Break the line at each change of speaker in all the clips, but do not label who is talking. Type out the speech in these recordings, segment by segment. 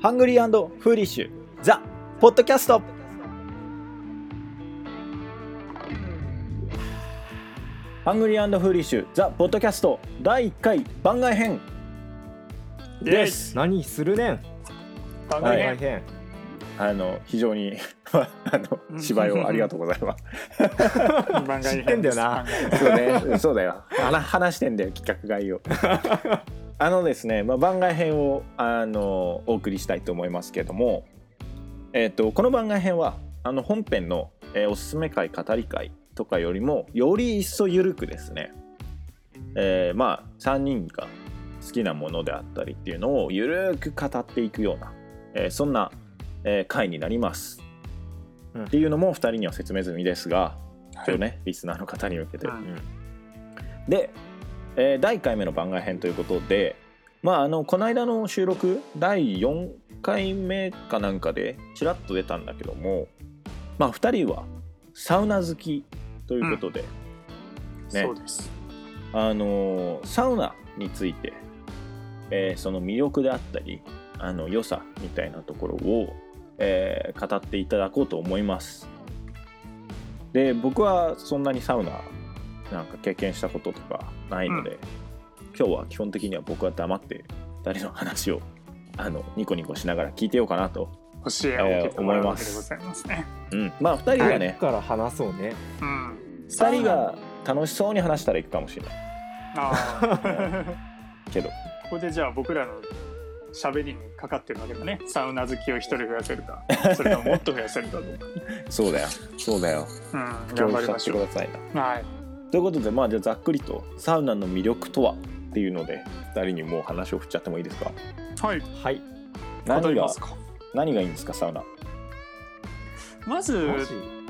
ハングリーフーリッシュザ・ポッドキャストハングリーフーリッシュザ・ポッドキャスト第1回番外編です
何するねん
番
は
外
い
編
大変
あの非常に あの芝居をありがとうございます
番外編
知ってんだよな
そうね、そうだよ。あら話してんだよ企画概要。あのですね、まあ番外編をあのお送りしたいと思いますけども、えっ、とこの番外編はあの本編の、えーおすすめ会語り会とかよりもより一層ゆるくですね、えーまあ3人が好きなものであったりっていうのをゆるく語っていくような、えーそんな、えー回になります。
うん
っていうのも2人には説明済みですが、
はい
それをねリスナーの方に向けて、
うん
で、えー第1回目の番外編ということでまああのこの間の収録第4回目かなんかでちらっと出たんだけどもまあ2人はサウナ好きということで、ね
そうです
あのーサウナについて、えーその魅力であったりあの良さみたいなところを、えー語っていただこうと思いますで僕はそんなにサウナなんか経験したこととかないので、今日は基本的には僕は黙って2人の話をあのニコニコしながら聞いてようかなと、
教えを受けてもらうわけでございますね、
うん、まあ2人は
誰
ね、
から話そうね
うん
2人が楽しそうに話したらいくかもしれない
あー
けど
ここでじゃあ僕らの喋りにかかってるわけだねサウナ好きを一人増やせるかそれとももっと増やせるかどうか、
そうだよそうだよ
うん、頑張りまし
協力させて
ょ
くださいな
うはい
ということでまあじゃあざっくりとサウナの魅力とはっていうので2人にもう話を振っちゃってもいいですか
はい
はい
語
何
り
が
ますか
何がいいんですかサウナ
ま
マ
ず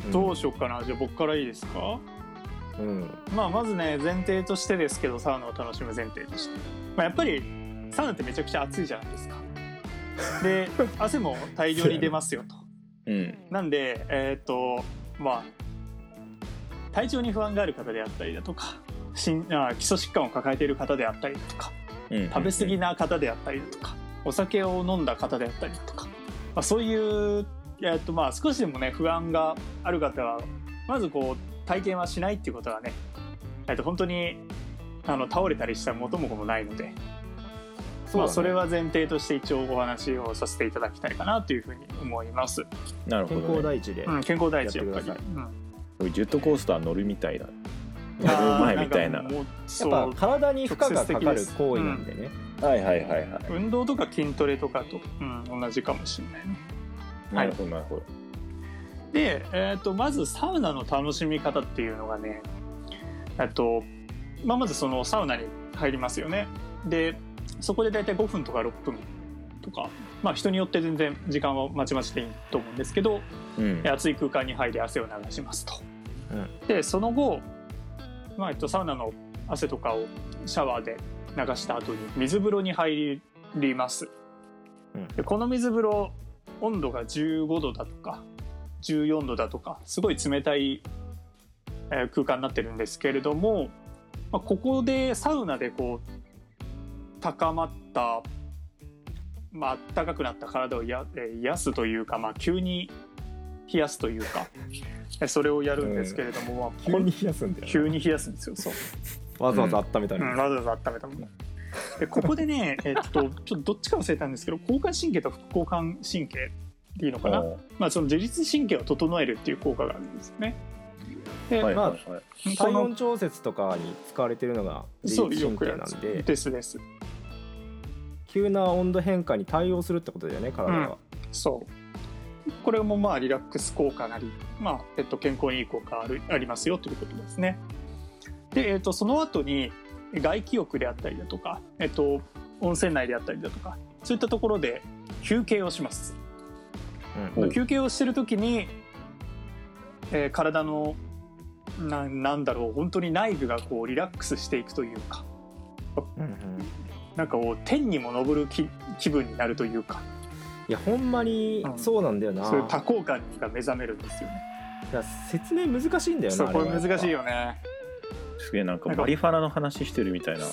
ジ
どうしようかな、じゃあ僕からいいですか
うん
まあまずね前提としてですけどサウナを楽しむ前提として、まあ、やっぱりサウナってめちゃくちゃ暑いじゃないですかで汗も大量に出ますよと
うん
なんでえっ、とまあ体調に不安がある方であったりだとかしんあ基礎疾患を抱えている方であったりだとか
うん
食べ過ぎな方であったりだとかお酒を飲んだ方であったりだとか、まあ、そういう、えっとまあ、少しでもね不安がある方はまずこう体験はしないっていうことはね、えっと、本当にあの倒れたりしたら元も子もないので
そ
そ,、
う
ま
だ
あ、
ね
それは前提として一応お話をさせていただきたいかなというふうに思います、
なるほ
健
ど、
康
ね、
第一で
うん、健康第一やっぱ
やっ
り
てくださ
ジェットコースター乗るみたいだ
うん
やる前みたいな
あーんかもう
や
そ
っ
う
ぱ体に負荷がかか
直接的で
る
す
行為なんでね
はいはいはいは
運動とか筋トレとかと、うん、同じかもしれないね
いなるほどなるほど
で、えー、とまずサウナの楽しみ方っていうのがねえっと、まあ、まずそのサウナに入りますよねでそこで大体5分とか6分とかまあ人によって全然時間はまちまちでいいと思うんですけど
うん
熱い空間に入り汗を流しますと、
うん
でその後、まあえっと、サウナの汗とかをシャワーで流した後に水風呂に入ります、
うん
でこの水風呂温度が15度だとか14度だとかすごい冷たい、えー空間になってるんですけれども、まあ、ここでサウナでこう高まった、まあ暖かくなった体をや、えー癒すというか、まあ、急に冷やすというかえそれをやるんですけれども、まあ
急に冷やすんだよね
急に冷やすんですよそう、
わざわざ温めた
う
り
ん、わざわざ温めたものでここでねえっとちょっとどっちか忘れたんですけど交感神経と副交感神経でいいのかな、
おー
まあ、その自律神経を整えるっていう効果があるんですよねで、
はい
まあ
はいはい
こ
体
の
温調節とかに使われてるのが自
そう
律
よ
神
く
経
やる
なんで
ですです
急な温度変化に対応するってことだよね体は
そうこれもまあリラックス効果なり、まあえっと、健康にいい効果あるありますよということですね。で、えっと、その後に外気浴であったりだとか、えっと、温泉内であったりだとかそういったところで休憩をします。
うん
お
休憩をしてる時に、えー体のななんだろう本当に内部がこうリラックスしていくというか
うんうん
なんかこう天にも昇る気気分になるというか
いやほんまにそうなんだよな
そういう多幸感が目覚めるんですよね。
いや説明難しいんだよな
そうこれ
あは
難しいよね
すげえなんかマリファナの話してるみたいな。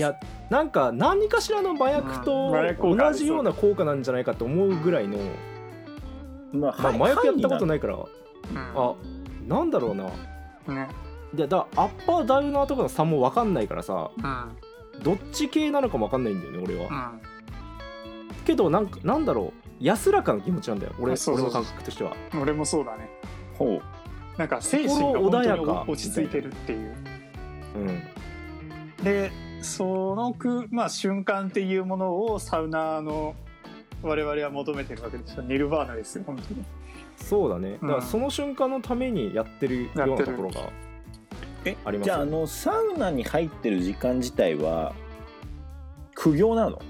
やなんか何かしらの麻薬
う
と
ん麻薬効果あ
同
りそう
じような効果なんじゃないかと思うぐらいの、
まあ
まあ、麻薬やったこと
い。
ないから
あ
あなんだろうな
ね
でだからアッパーダウナーとかの差も分かんないからさ
うん
どっち系なのかも分かんないんだよね俺
う
は、
ん
けどなんかなんだろう安らかな気持ちなんだよ俺
あそうそう
俺の感覚としては
俺もそうだね
ほう。
なんか精神が本当
心穏や
に
か
落ち着いてるっていう
うん
でそのく、まあ、瞬間っていうものをサウナーの我々は求めてるわけですよニルバーナですよ本当に
そうだねだ
う
か
ん
らその瞬間のためにやってるような
やって
と
る
ころが
え
あります
じゃああのサウナに入ってる時間自体は苦行なの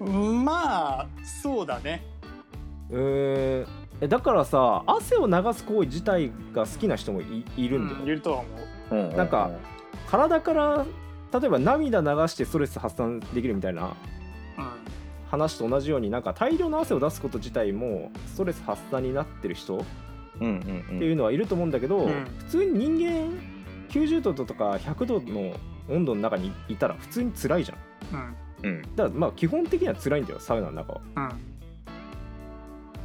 まあそうだね
うーんえだからさ汗を流す行為自体が好きな人もいいるんだよ、
うんいるとは思う
うん
なんか体から例えば涙流してストレス発散できるみたいな
う
話と同じようになんか大量の汗を出すこと自体もストレス発散になってる人っ
うんうんうん
ていうのはいると思うんだけど、
うん
普通に人間90度とか100度の温度の中にいたら普通に辛いじゃん
んうん
うん
だからまあ基本的には辛いんだよサウナの中は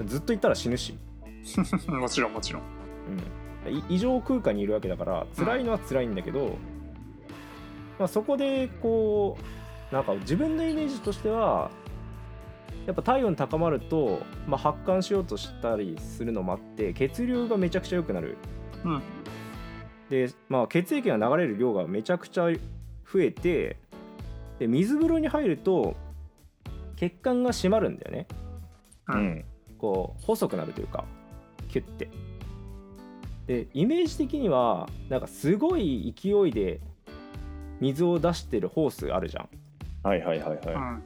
ずっといたら死ぬし、
うん もちろんもちろん
うん、い異常空間にいるわけだから辛いのは辛いんだけど、まあ、そこでこうなんか自分のイメージとしてはやっぱ体温高まると、まあ、発汗しようとしたりするのもあって血流がめちゃくちゃ良くなる、
うん
で、まあ、血液が流れる量がめちゃくちゃ増えてで水風呂に入ると血管が締まるんだよね
う
うん
こう細くなるというかキュッてでイメージ的にはなんかすごい勢いで水を出してるホースあるじゃん
はいはいはいはい、
うん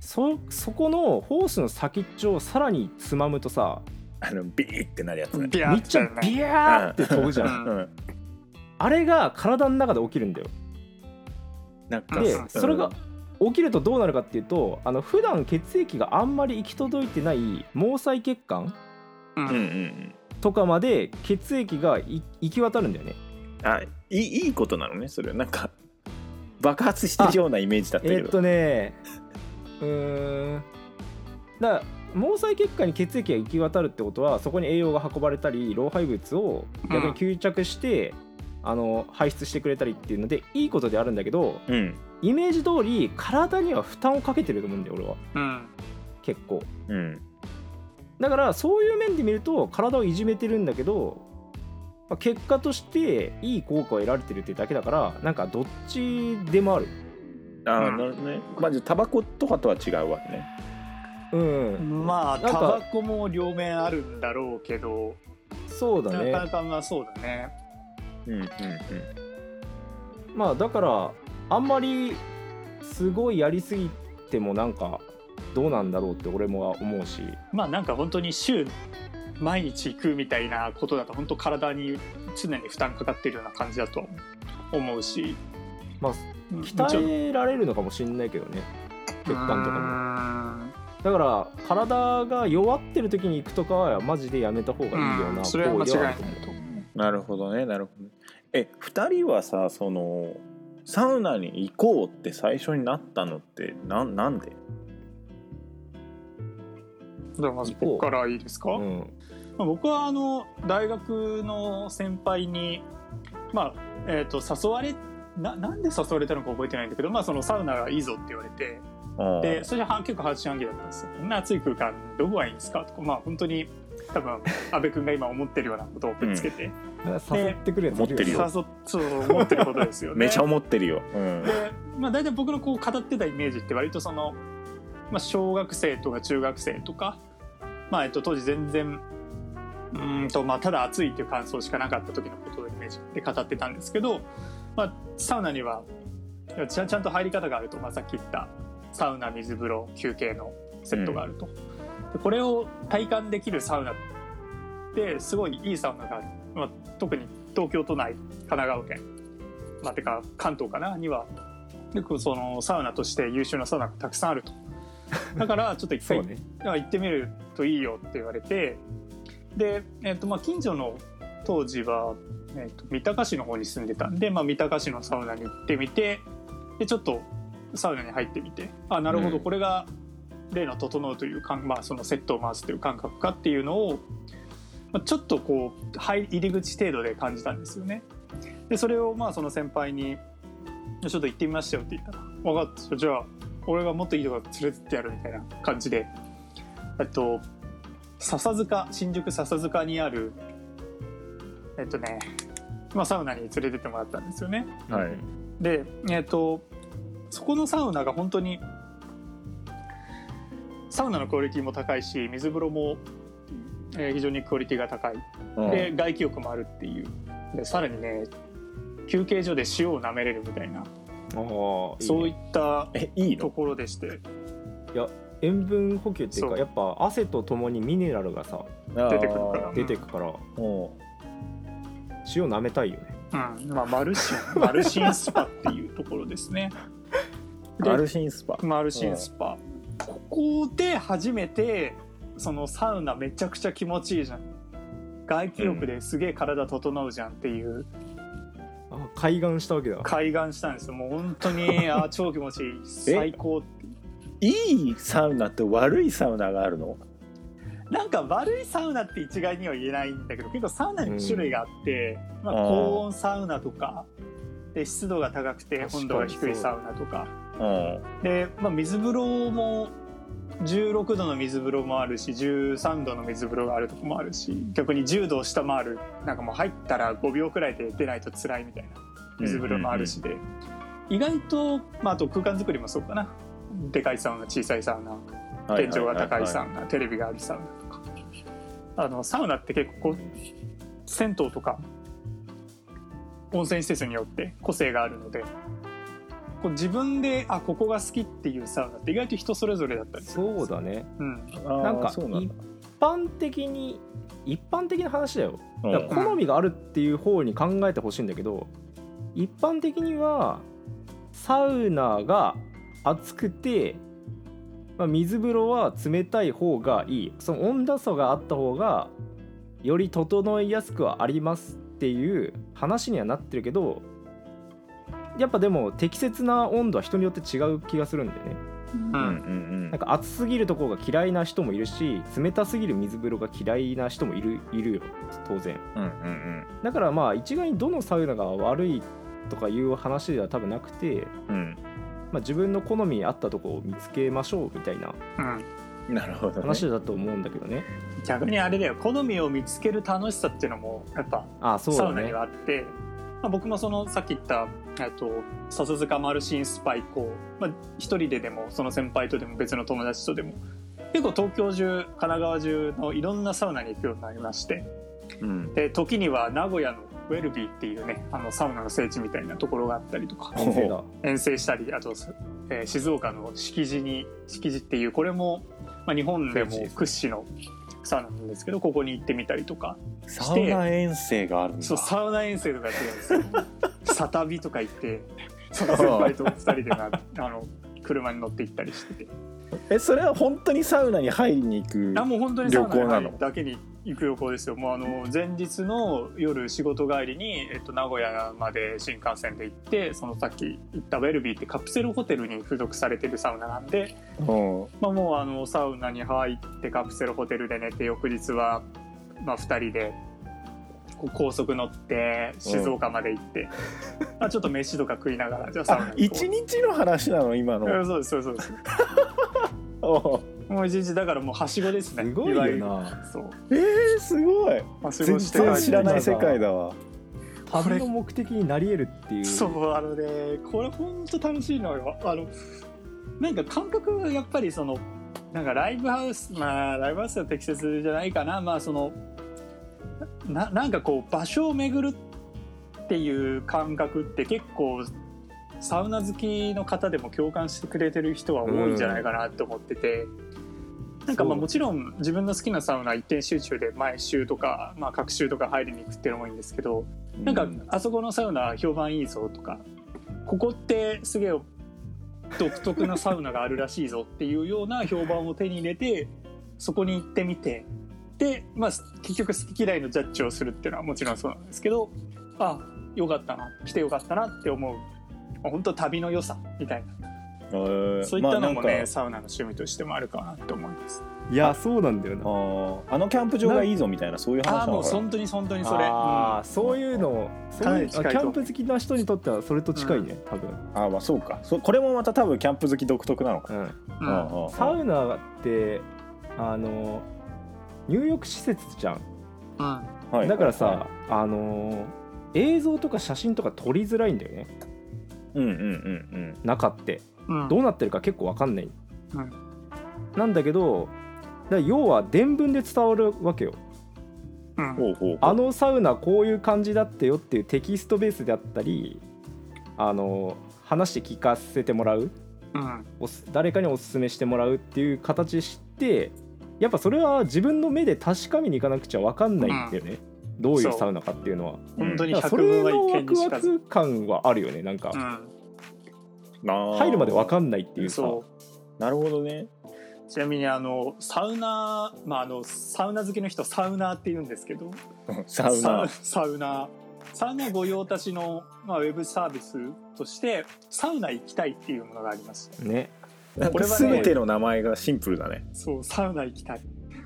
そそこのホースの先っちょをさらにつまむとさ
あのビーってなるやつね
ビャー
み
っ
っち
て
ゃ
や
ん
るね
ビヤーって飛ぶじゃ
うんん
うん
あれが体の中で起きるんだよ
なんか
で
うん
それが起きるとどうなるかっていうとあの普段血液があんまり行き届いてない毛細血管
う
うんうん
ん
とかまで血液がい行き渡るんだよね
うんあいいいいことなのねそれはなんか爆発してるようなイメージだったけ
え
ど、
ーっとねうーんだから毛細血管に血液が行き渡るってことはそこに栄養が運ばれたり老廃物を逆に吸着して、あの排出してくれたりっていうのでいいことであるんだけど
うん
イメージ通り体には負担をかけてると思うんだよ俺は
うん
結構
うん
だからそういう面で見ると体をいじめてるんだけど、まあ結果としていい効果を得られてるってだけだからなんかどっちでもある
あー
うん
なるほどねまあじゃあタバコとかとは違うわけね
うん
まあ
なん
タ
か
バコも両面あるんだろうけど
そう
な
だ
か
ね
なかまあそうだね
うんうんうん
まあだからあんまりすごいやりすぎてもなんかどうなんだろうって俺も思うし
まあなんか本当に週毎日行くみたいなことだと本当体に常に負担かかってるような感じだと思うし、
まあ
うん
鍛えられるのかもしんないけどね血管とかもだから体が弱ってる時に行くとかはマジでやめた方が
う
いいようん
う
なん
それは間違いないと思
なるほどねなるほどねえ二人はさそのサウナに行こうって最初になったのってなんなんで
うではまず僕からいいですか、
行うん
まあ僕はあの大学の先輩に、まあえー、と誘われななんで誘われたのか覚えてないんだけど、まあ、そのサウナがいいぞって言われてでそれは結構半信半疑だったんですよ。こんな暑い空間どこがいいんですかとかまあ本当に多分安部君が今思ってるようなことをぶつけて、
誘ってくるやつい
持ってる
誘
よ
っそう思ってることですよね。
めちゃ思ってるよ、うん、
で、まあ、大体僕のこう語ってたイメージって割とその、まあ、小学生とか中学生とか、まあえっと、当時全然うーんと、まあ、ただ暑いっていう感想しかなかった時のことをイメージで語ってたんですけど、まあ、サウナにはちゃんちゃんと入り方があると、まあ、さっき言ったサウナ水風呂休憩のセットがあると。でこれを体感できるサウナってすごいいいサウナがある、まあ、特に東京都内神奈川県、まあ、てか関東かなには結構そのサウナとして優秀なサウナがたくさんあるとだからちょっと一
そ
回
うね
あ行ってみるといいよって言われてで、えっとまあ、近所の当時はえーと三鷹市の方に住んでたんで、まあ、三鷹市のサウナに行ってみてでちょっとサウナに入ってみてあなるほど、
うん
これが例の「整う」というか、まあ、そのセットを回すという感覚かっていうのを、まあ、ちょっとこう入入り口程度で感じたんですよね。でそれをまあその先輩に「ちょっと行ってみましたよ」って言ったら「分かったじゃあ俺がもっといいとこ連れてってやる」みたいな感じでえっと笹塚新宿笹塚にあるえっとねまあサウナに連れてってもらったんですよね。
はい
うん
でえっ、とそこのサウナが本当にサウナのクオリティも高いし水風呂も、えー非常にクオリティが高い
うん
で外気浴もあるっていうでさらにね休憩所で塩を舐めれるみたいな
ああ
そういった
えいい
と
の
ころでして
塩分補給っていう
そ
か
う
やっぱ汗とともにミネラルがさ
出
出てくるから
出てくから、
も
塩舐めたいよね
うんまあ、マルシンマルシンスパっていうところですね。
う
で
アルシンスパ
マルシンスパ、ここで初めてそのサウナめちゃくちゃ気持ちいいじゃん外気浴ですげえ体整うじゃんっていう
あ開眼したわけだ
開眼したんですよもう本当に あー超気持ちいい最高
いいサウナと悪いサウナがあるの
なんか悪いサウナって一概には言えないんだけど結構サウナにも種類があって、まあ、
あー
高温サウナとかで湿度が高くて
確かに
温度が低いサウナとか
うん
で、まあ、水風呂も16度の水風呂もあるし13度の水風呂があるとこもあるし逆に10度を下回るなんかもう入ったら5秒くらいで出ないと辛いみたいな水風呂もあるしで、意外と、まあ、あと空間作りもそうかなでかいサウナ小さいサウナ天井が高いサウナテレビがあるサウナとかあのサウナって結構こう銭湯とか温泉施設によって個性があるのでこう自分であここが好きっていうサウナって意外と人それぞれだったりする
そうだね
うん
な
なんか
そうなん
一
だ
般的に一般的な話だよ
う
だから好みがあるっていう方に考えてほしいんだけど一般的にはサウナが暑くて、まあ、水風呂は冷たい方がいいその温度差があった方がより整いやすくはありますっていう話にはなってるけどやっぱでも適切な温度は人によって違う気がするんだよね。
う
うん
ん
うん
なんか暑すぎるところが嫌いな人もいるし冷たすぎる水風呂が嫌いな人もいるいるよ当然。
うんうんうん
だからまあ一概にどのサウナが悪いとかいう話では多分なくて、
うん
まあ、自分の好みに合ったとこを見つけましょうみたいな
うん
うんなるほどね
話だと思うんだけどね。
逆にあれだよ好みを見つける楽しさっていうのもやっぱ
ああそう
サ
だ
ウナに
ね
は。あって、まあ、僕もそのさっき言ったえっと笹塚マルシンスパ以降、まあ、一人ででもその先輩とでも別の友達とでも結構東京中神奈川中のいろんなサウナに行くようになりまして
うん
で時には名古屋のウェルビーっていうねあのサウナの聖地みたいなところがあったりとか
ほう
遠征だ。
遠征したりあと、えー静岡の敷地に敷地っていうこれも、まあ、日本でも屈指のサウナなんですけどここに行ってみたりとか
サウナ遠征があるんだ
そうサウナ遠征とかやってるんですよサタビとか行ってその先輩と二人でなあの車に乗って行ったりしてて
えそれは本当にサウナに入りに行く
あもう本当にサウナ
旅行なの
はいだけに行く旅行ですよもうあの前日の夜仕事帰りに、えっと、名古屋まで新幹線で行ってそのさっき言ったウェルビーってカプセルホテルに付属されてるサウナなんで
うん
まあ、もうあのサウナに入ってカプセルホテルで寝て翌日は、まあ、2人でこう高速乗って静岡まで行って、まあ、ちょっと飯とか食いながらじゃあサウナ行こ
一日の話なの今
うう
の
んそうですそうですそうです
おう
もう一日だからもうはしご ですね
すごい
わゆ
よ
る
な。
そう
えー、すごい
はし
全
ごして帰
然
って
知らない世界だわ
これ
旅の目的になり得るっていう。
そうあのねこれほんと楽しいのよあのなんか感覚がやっぱりそのなんかライブハウスまあライブハウスは適切じゃないかなまあそのななんかこう場所を巡るっていう感覚って結構サウナ好きの方でも共感してくれてる人は多いんじゃないかなと思ってて、なんかまあ
そう
もちろん自分の好きなサウナ一点集中で毎週とか、まあ、各週とか入りに行くっていうのもいいんですけど、なんか
う
あそこのサウナ評判いいぞとかここってすげえ独特なサウナがあるらしいぞっていうような評判を手に入れてそこに行ってみてで、まあ、結局好き嫌いのジャッジをするっていうのはもちろんそうなんですけどあよかったな来てよかったなって思うまあ本当旅の良さみたいなそういったのもね、サウナの趣味としてもあるかなと思います
いやそうなんだよ
あ
な
ーあのキャンプ場がいいぞみたいなそういう話
あ
な
あも
の
う
かな
本当に本当にそれ、
あー
うん
そういうの
か
そう
ないり
うキ
近いと
ャンプ好きな人にとってはそれと近いね、多分、
あーまあそうかそこれもまた多分キャンプ好き独特なのか、
うん、
う
うんんうん
サウナってあの入浴施設じゃん
うん
はい
だからさ、あの映像とか写真とか撮りづらいんだよね
うんうんうん
中って
うん
どうなってるか結構わかんない、
うん
なんだけどだから要は伝聞で伝わるわけよ
うん
うんほうほう
あのサウナこういう感じだったよっていうテキストベースであったりあの話して聞かせてもらう
うん
おす誰かにおすすめしてもらうっていう形してやっぱそれは自分の目で確かめに行かなくちゃ分かんないんだよね、どういうサウナかっていうのは
本当に
だからそ
百
れ
聞は
の
一
ワ
見に
ク
し
ワ
かず、
ク感はあるよねなんか
う
入
入るまで分か
ん
んないってい
ん、
うさ
そう
なるほどね
ちなみにあのサウナー、まあ、あのサウナ好きの人サウナーって言うんですけど
うんサウナ
サウナーサウナ御用達の、まあ、ウェブサービスとしてサウナ行きたいっていうものがあります
ね
なん
こ
か
れはね
全ての名前がシンプルだね
そうサウナ行きたい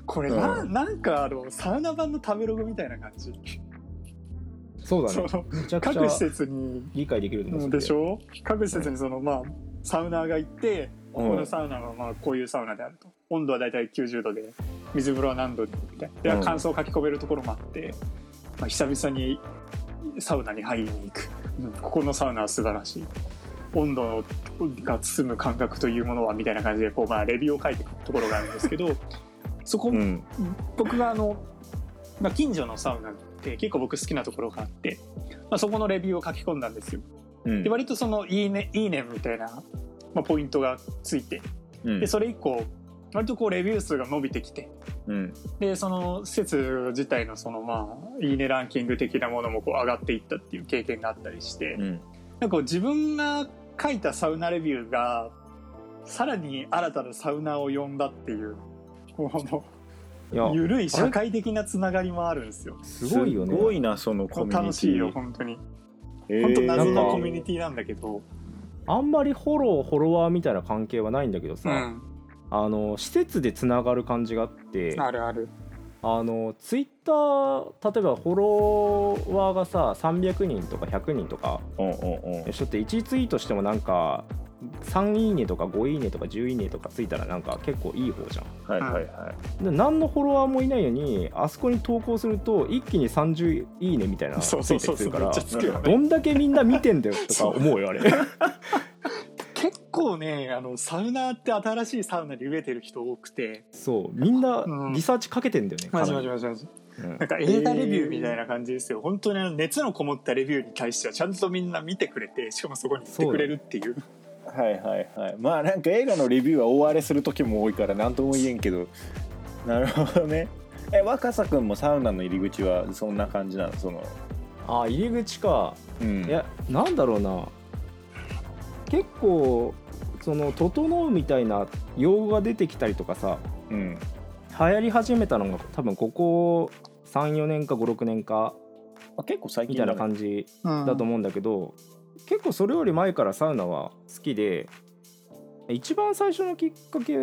これな,、、
うん
なんかあのサウナ版の食べログみたいな感じ
そうだ
そ
ね
の
めちゃくち
各施
ゃ
設に
理解できると思うん
でし
すよ
ょ各施設にそのまあサウナーが行って
う
こ
ん
のサウナはまあこういうサウナであると温度は大体90度で水風呂は何度でみたいな
うん
で乾燥をかき込めるところもあって、まあ、久々にサウナに入りに行く、うんここのサウナは素晴らしい温度が包む感覚というものはみたいな感じでこうまあレビューを書いてくるところがあるんです けどそこ、
うん
僕があの、まあ、近所のサウナって結構僕好きなところがあって、まあ、そこのレビューを書き込んだんですよ。
うん
で割とそのいいねいいねみたいな、まあ、ポイントがついて
うん
でそれ以降割とこうレビュー数が伸びてきて
うん
でその施設自体のそのまあいいねランキング的なものもこう上がっていったっていう経験があったりして
うん
なんかこう自分が書いたサウナレビューがさらに新たなサウナーを呼んだっていうこ
いや
の緩い社会的なつながりもあるんですよ。
すごいよね
すごいなそのコミュニティ
楽しいよ本当に
えー
本当謎
なん
の
か
コミュニティなんだけど、
あんまりフォローフォロワーみたいな関係はないんだけどさ、あの施設でつながる感じがあって
うんあるある
あのツイッター例えばフォロワーがさ300人とか100人とか
うんうんうん
人って1ツイートしてもなんか3いいねとか5いいねとか10いいねとかついたらなんか結構いい方じゃん
はいはいはい
で何のフォロワーもいないのにあそこに投稿すると一気に30いいねみたいなのがつ
そう
いた
そう
り
そう
す
そう
るか
めっ
ら
ちゃつくよね
どんだけみんな見てんだよとか思うよ あれ
結構ねあのサウナーって新しいサウナに飢えてる人多くて
そうみんな
うん
リサーチかけてんだよね、
マジ
かな
マ
り
ジマジマジ
うん
なんか映画レビューみたいな感じですよ本当にあの熱のこもったレビューに対してはちゃんとみんな見てくれてしかもそこに行ってくれるっていう
はいはいはいまあなんか映画のレビューは大荒れする時も多いから何とも言えんけどなるほどねえ若狭君もサウナの入り口はそんな感じなのその
あ入り口か
うん
いやなんだろうな結構その「整う」みたいな用語が出てきたりとかさ
うん
流行り始めたのが多分ここ34年か56年か
あ結構最
み
近
たいな
じ
感じ
だ
だと思うんだけど、結構それより前からサウナは好きで一番最初のきっかけ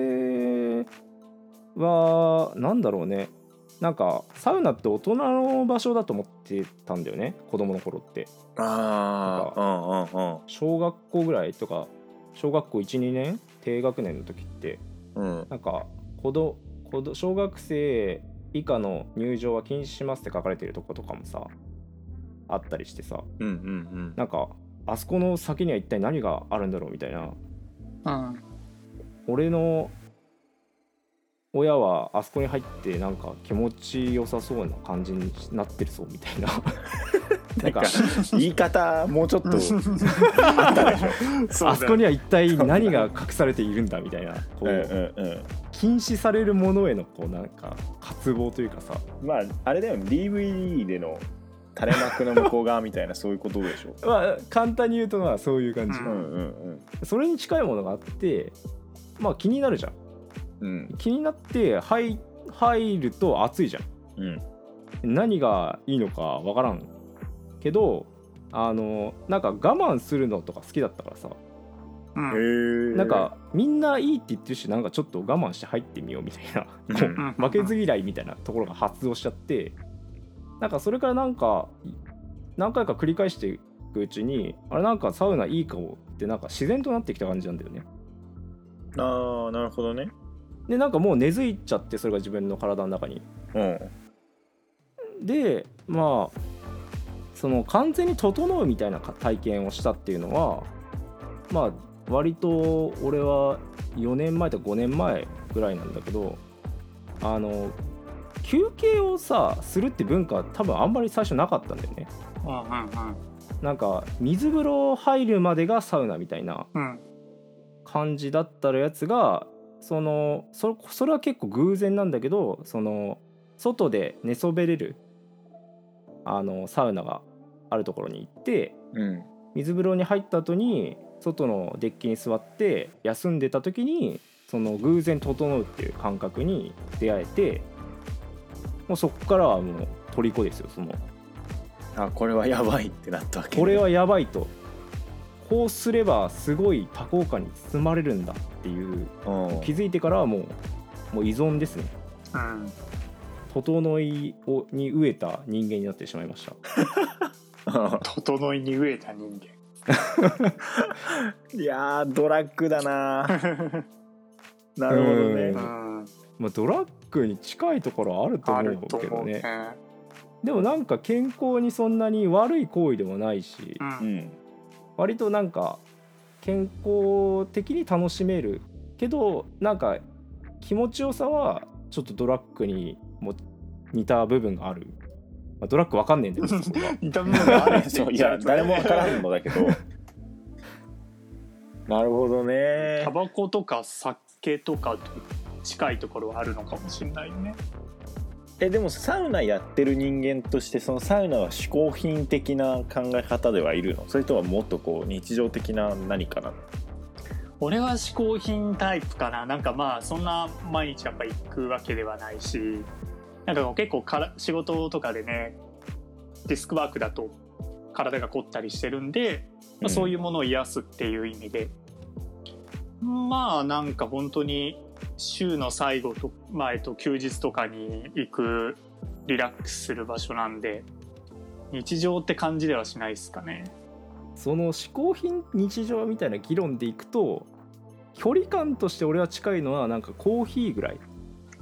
はなんだろうねなんかサウナって大人の場所だと思ってたんだよね子供の頃って
ああ
小学校ぐらいとか小学校12年低学年の時って
うんうんうんうん
なんか子ど子ど小学生以下の入場は禁止しますって書かれてるとことかもさあったりしてさ
うんうん
なんかあそこの先には一体何があるんだろうみたいな
うん
俺の親はあそこに入ってなんか気持ちよさそうな感じになってるそうみたいななんか
うん言い方もうちょっと
そうだよ
あそこには一体何が隠されているんだみたいなこ
うんう
うん
うん
禁止されるものへのこうなんか渇望というかさ
まああれだよね DVD での垂れ幕の向こう側みたいなそういうことでしょ
まあ簡単に言うとまあそういう感じ、
う
うん
うん
それに近いものがあってまあ気になるじゃん
うんうん
気になって入入ると暑いじゃん
うん
何がいいのかわからんけどあのなんか我慢するのとか好きだったからさ
うんうん
な
なんかみんないいって言ってるしなんかちょっと我慢して入ってみようみたいなこ
うん
う負けず嫌いみたいなところが発動しちゃってなんかそれからなんか何回か繰り返していくうちにあれなんかサウナいいかもってなんか自然となってきた感じなんだよね
ああなるほどね
でなんかもう根付いちゃってそれが自分の体の中に
うん
でまあその完全に整うみたいな体験をしたっていうのはまあ割と俺は4年前と5年前ぐらいなんだけどあの休憩をさするって文化多分あんまり最初なかったんだよねなんか水風呂入るまでがサウナみたいな
うんうん
感じだったやつがそのそそれは結構偶然なんだけどその外で寝そべれるあのサウナがあるところに行って
うん
水風呂に入った後に外のデッキに座って休んでた時にその偶然整うっていう感覚に出会えてもうそこからはもう虜ですよその
あこれはやばいってなったわけ
これはやばいとこうすればすごい多幸感に包まれるんだっていう
うん
気づいてからはもうもう依存ですね
うん
整いをに飢えた人間になってしまいました
整いに飢えた人間
いやードラッグだなな
る
る
ほ
ほど
どね
ね
うん
まあドラッグに近いところはあると
あ
思
ると
うけ
思
ど
うね
ねでもなんか健康にそんなに悪い行為でもないし、
うん
うん
割となんか健康的に楽しめるけどなんか気持ちよさはちょっとドラッグにも似た部分がある、まあドラッグわかんねえんだよねそこは
痛むのがあるって
そう
言っ
い
ちゃ
や
うとね
誰もわからんのだけど なるほどね
タバコとか酒とかと近いところはあるのかもしれないね
えでもサウナやってる人間としてそのサウナは嗜好品的な考え方ではいるのそれとはもっとこう日常的な何かなの
俺は嗜好品タイプかななんかまあそんな毎日やっぱ行くわけではないしなんか結構から仕事とかでねデスクワークだと体が凝ったりしてるんで、まあ、そういうものを癒すっていう意味で、まあなんか本当に週の最後と、まあえっと、休日とかに行くリラックスする場所なんで日常って感じではしないですかね。
その嗜好品日常みたいな議論でいくと距離感として俺は近いのはなんかコーヒーぐらい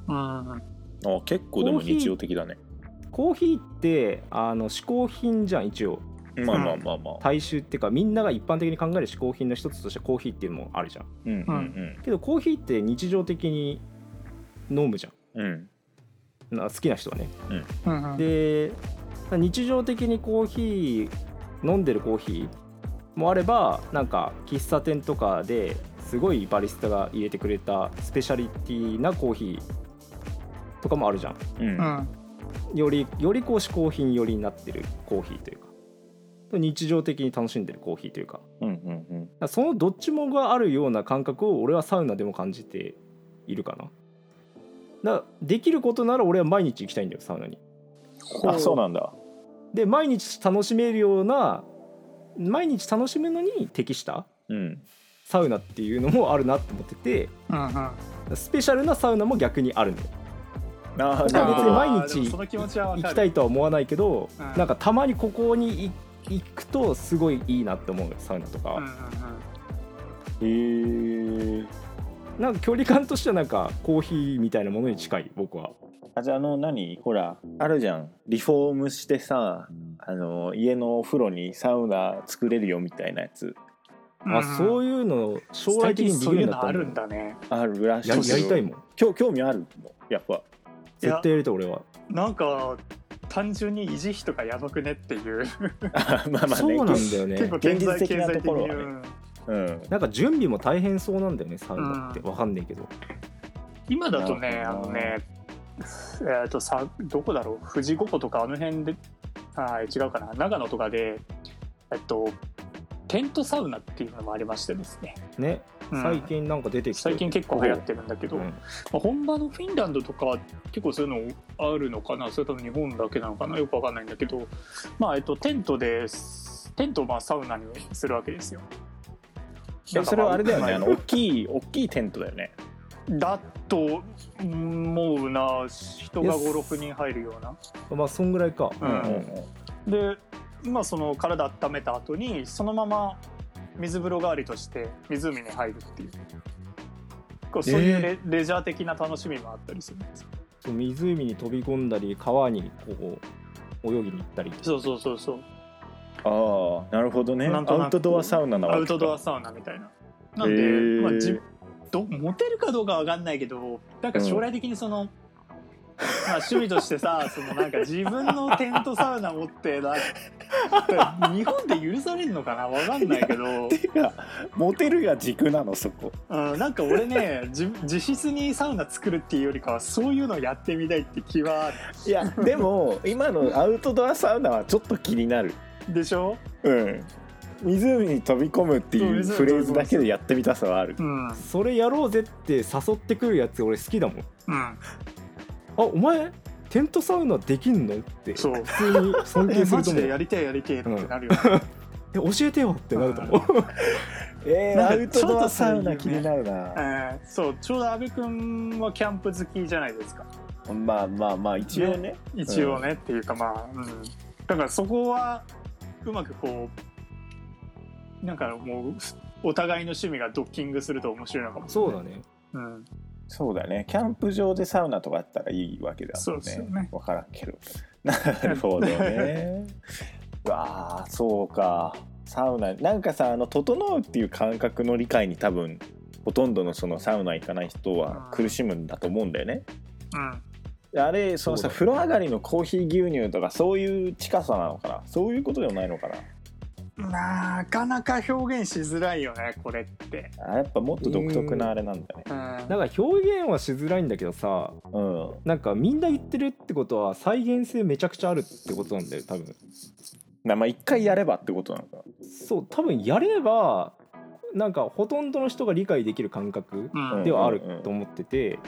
うん
あ結構でも日常的だね
コーヒーってあの嗜好品じゃん一応
まあまあまあまあ
大衆っていうかみんなが一般的に考える嗜好品の一つとしてコーヒーっていうのもあるじゃん
うんうん
けどコーヒーって日常的に飲むじゃ
うんうん
んな好きな人はね
うんうん
で日常的にコーヒー飲んでるコーヒーもあればなんか喫茶店とかですごいバリスタが入れてくれたスペシャリティなコーヒーとかもあるじゃん
うん
うん
よりよりこう嗜好品寄りになってるコーヒーというか日常的に楽しんでるコーヒーというか
うんうんうん
だからそのどっちもがあるような感覚を俺はサウナでも感じているかなだからできることなら俺は毎日行きたいんだよサウナに
あそうなんだ
で毎日楽しめるような毎日楽しむのに適した
うん
サウナっていうのもあるなと思ってて
うんうん
スペシャルなサウナも逆にあるんだよ
あー
だか
なる
ら別
ほ
に
ど
毎
あーでも
日
その気持ちはわ
行
か
き
る
たいとは思わないけど、
うん
なんかたまにここにい行くとすごいいいなって思うよサウナとかは、
うんうん
へー
なんか距離感としてはなんかコーヒーみたいなものに近い僕は
あじゃああの何ほらあるじゃんリフォームしてさあの家のお風呂にサウナ作れるよみたいなやつ
うん
あそういうの将来的にでき
そう
る
い
よう
うの
になった
あ
んだ
るんだね
あるらしい
や
そうそう
やりたいもん
興興味あるのやっぱ
いや
絶対やりたい俺は
なんか単純に維持費とかやばくねっていう、
あまあまあね
そうなんだよね
結構経済
現実的
経
な
済
と
的
ころ
に
はね
うん
うん
なんか準備も大変そうなんだよねサウナって
うん
わかんねえけど
今だとね
な
あ
る
の
ほどな
ねえー、とさどこだろう富士五湖とかあの辺であー違うかな長野とかでえっとテントサウナっていうのもありましてですね、
ね、
うん
最近なんか出てきて
最近結構流行ってるんだけど、
うん
まあ本場のフィンランドとかは結構そういうのあるのかなそれとも日本だけなのかなよくわかんないんだけどまあえっとテントですテントをまあサウナにするわけですよ。
でそれはあれだよねあの
は
大きい大きいテントだよね
いだと思うな人が56人入るような。
まあそんぐらいか、
うんでまあその体温めた後にそのまま水風呂代わりとして湖に入るっていうこうそういうレ,、レジャー的な楽しみもあったりするんですよ
そう湖に飛び込んだり川にこう泳ぎに行ったり
そうそうそうそう
ああなるほどね
なんとなく
アウトドアサウナなわけ
ア
か
ウトドアサウナみたいな。なんで、
へー
まあ、じどモテるかどうかわかんないけどなんか将来的にその、まあ、趣味として さそのなんか自分のテントサウナ持ってな日本で許されるのかなわかんないけど。
てかモテるが軸なのそこ
うん、なんか俺ね自実質にサウナ作るっていうよりかはそういうのやってみたいって気はあ
いやでも今のアウトドアサウナはちょっと気になる
るでしょ、
うん湖に飛び込むっていう
そう
フレーズだけでやってみたさはある
うんうん、
それやろうぜって誘ってくるやつ俺好きだもんあお前テントサウナできんのって
そう
普通に尊
え
敬す
マ
ると
ジ
思う
でや
え
りてえやりてえってなるよ、
教えてよってなると思う、
えー、
な
ア
ん
ウ
かち
ト
ょっと
ドアサウ
そういう
ナ
ね
気になるな、
えーそうちょうど阿部君はキャンプ好きじゃないですか
まあまあまあ一応ね
一応ね、っていうかまあ、うん、だからそこはうまくこうなんかもうお互いの趣味がドッキングすると面白いのかもし
そうだ
れ
ね
ない、うん、
そうだねキャンプ場でサウナとかあったらいいわけだ
そ
も
うんです
ね
よね
分からんけど なるほど ねうわあそうかサウナなんかさあの整うっていう感覚の理解に多分ほとんどのそのサウナ行かない人は苦しむんだと思うんだよね
うん、
あれその
そ
さ
うだね
風呂上がりのコーヒー牛乳とかそういう近さなのかなそういうことでもないのかな
なかなか表現しづらいよねこれって、
あやっぱもっと独特なあれなんだね
うん、
だから表現はしづらいんだけどさ
うん
なんかみんな言ってるってことは再現性めちゃくちゃあるってことなんだよ多分
なまあ一回やればってことなのか
そう多分やればなんかほとんどの人が理解できる感覚
うん
うん
ではあると思ってて、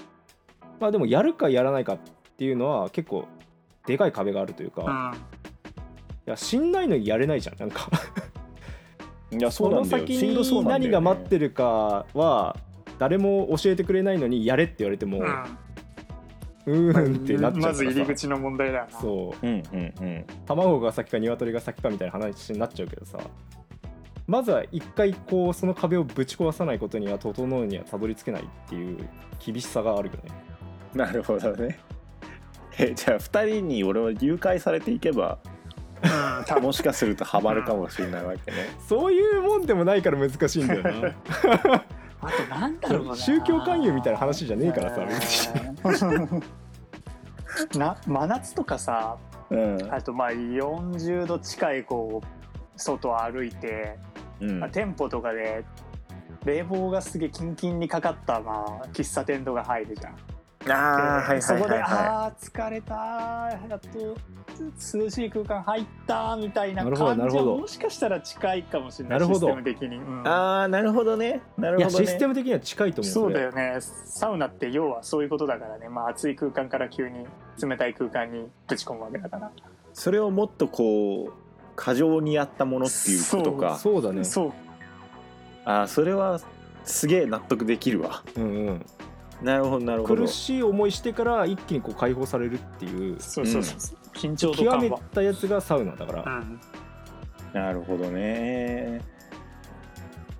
まあでもやるかやらないかっていうのは結構でかい壁があるというか、いや死んないのにやれないじゃんなんか
ないやそう
そ
な
の
んだよ
先
しんどそう
に
なんだよ、ね、
何が待ってるかは誰も教えてくれないのにやれって言われても、うーんってなっちゃ
ま
うからさ
ず入り口の問題だよな
そう
うんうんうん
卵が先か鶏が先かみたいな話になっちゃうけどさまずは一回こうその壁をぶち壊さないことには整うにはたどり着けないっていう厳しさがあ るよね
なるほどね。えじゃあ2人に俺は誘拐されていけば
うん多分
もしかするとハマるかもしれないわけね。
そういうもんでもないから難しいんだよな
あとなんだろうな
宗教勧誘みたいな話じゃねえからさ
別にな真夏とかさ
うん
あとまあ40度近いこう外を歩いて、
うん
まあ、店舗とかで冷房がすげえキンキンにかかったまあ喫茶店とか入るじゃん、
あー
そこで「
い。
ああ疲れたーやっと涼しい空間入った」みたいな
なるほど
感
なる
じ
ほ
は
ど
もしかしたら近いかもしれない
なるほ
シ
ど
ステム的に、うん
あーなるほどね。なる
いや
ほどね。
システム的には近いと思う
そうだ
よ
よねサウナって要はそういうことだからね、まあ、暑い空間から急に冷たい空間にぶち込むわけだから、
それをもっとこう過剰にやったものっていうことか。
そうだね
そう
あーそれはすげえ納得できるわ。
うんうん、
なるほどなるほど
苦。しい思いしてから一気にこう解放されるっていう
そうそうそうそう、緊張と
極
緩
め
和
たやつがサウナだから、
うん
なるほどね。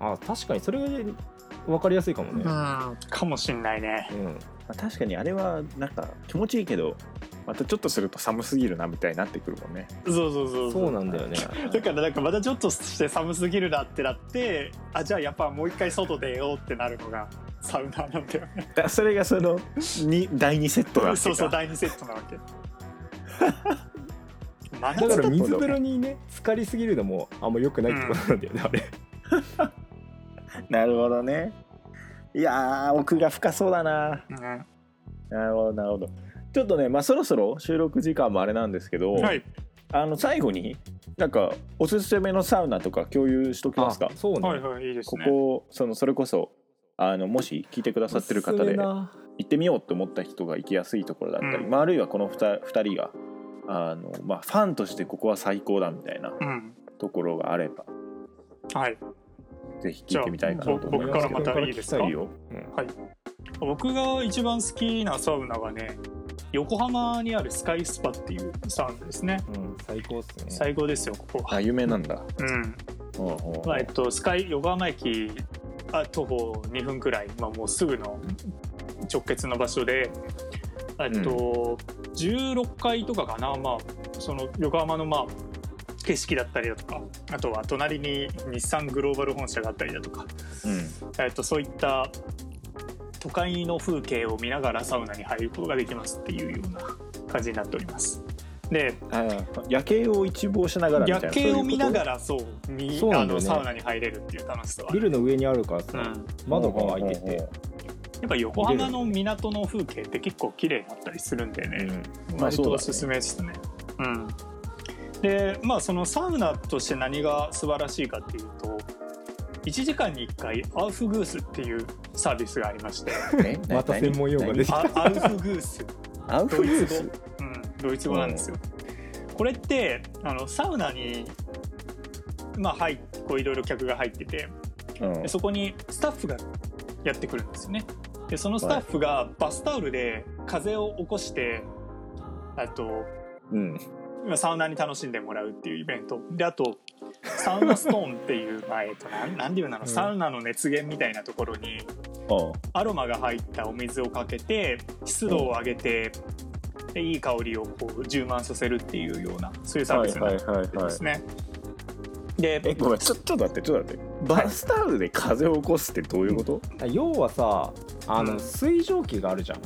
あ確かにそれ分かりやすいかもね、
うんかもしんないね
うん
まあ確かにあれはなんか気持ちいいけどまたちょっとすると寒すぎるなみたいになってくるもんね。
そうそうそう
そうなんだよね
だからなんかまたちょっとして寒すぎるなってなってあじゃあやっぱもう一回外出ようってなるのがサウナなんだよね
だ それがそのに第2セットだってか
そうそう第2セットなわ け真
だ
夏
から水風呂にね浸かりすぎるのもあんま良くないってことなんだよね、あれ
なるほどねいやー奥が深そうだな
ね
なるほどなるほどちょっとねまあそろそろ収録時間もあれなんですけど、
はい
あの最後になんかおすすめのサウナとか共有しときますか
あそうね、
はいはいいいです
こ
ね
こそのそれこそあのもし聞いてくださってる方
おすすめ
で行
な
ってみようと思った人が行きやすいところだったり、
うん
まあ、あるいはこの 2, 人があの、まあ、ファンとしてここは最高だみたいな
うん
ところがあれば
はい
ぜひ聞いてみたいなと思います
僕からまたいいですか
いいよ
僕が一番好きなサウナがね横浜にあるスカイスパっていうサウナですね
うん、最高っすね
最高ですよここは
あ有名なんだ、
うん
おうおうおう
まあえっと、スカイ横浜駅あ徒歩2分くらい、まあ、もうすぐの直結の場所で、えっと16階とかかな、まあ、その横浜の、まあ、景色だったりだとかあとは隣に日産グローバル本社があったりだとか、
うん
えっと、そういった都会の風景を見ながらサウナに入ることができますっていうような感じになっております。で
あ夜景を一望しながらみたいな
夜景を見なが
ら
らそうに
そうな
あ
んだ
の
よね
サウナに入れるっていう楽しさはあ
ビ
る。
ルの上にあるから
う
さ、
ん
窓が開いてて、
やっぱ横浜の港の風景って結構綺麗だったりするんでね、
うんまあ
割
そうだ
と
ね
おすすめですね。うんでまあそのサウナとして何が素晴らしいかっていうと1時間に1回アウフグースっていうサービスがありま して
え
また専門用語
何
出てき
あアウフグース
アウ
ド
フ
イ
グ
ツ
ー
語
ス、
うん、ドイツ語なんですよ。これってあのサウナにまあ入ってこういろいろ客が入ってて
うん
でそこにスタッフがやってくるんですよねでそのスタッフがバスタオルで風を起こしてあと
うん
まあサウナに楽しんでもらうっていうイベントであとサウナストーンっていう、 まあえっと、なんなんていうなの、
うん
サウナの熱源みたいなところに
おう
アロマが入ったお水をかけて湿度を上げて、でいい香りをこう充満させるっていうようなそういうサービスになって
はい
るんですね。で
えごめんちょちょっと待ってちょっと待ってバスタオルで風を起こすってどういうこと、
要はさあの、
うん
水蒸気があるじゃ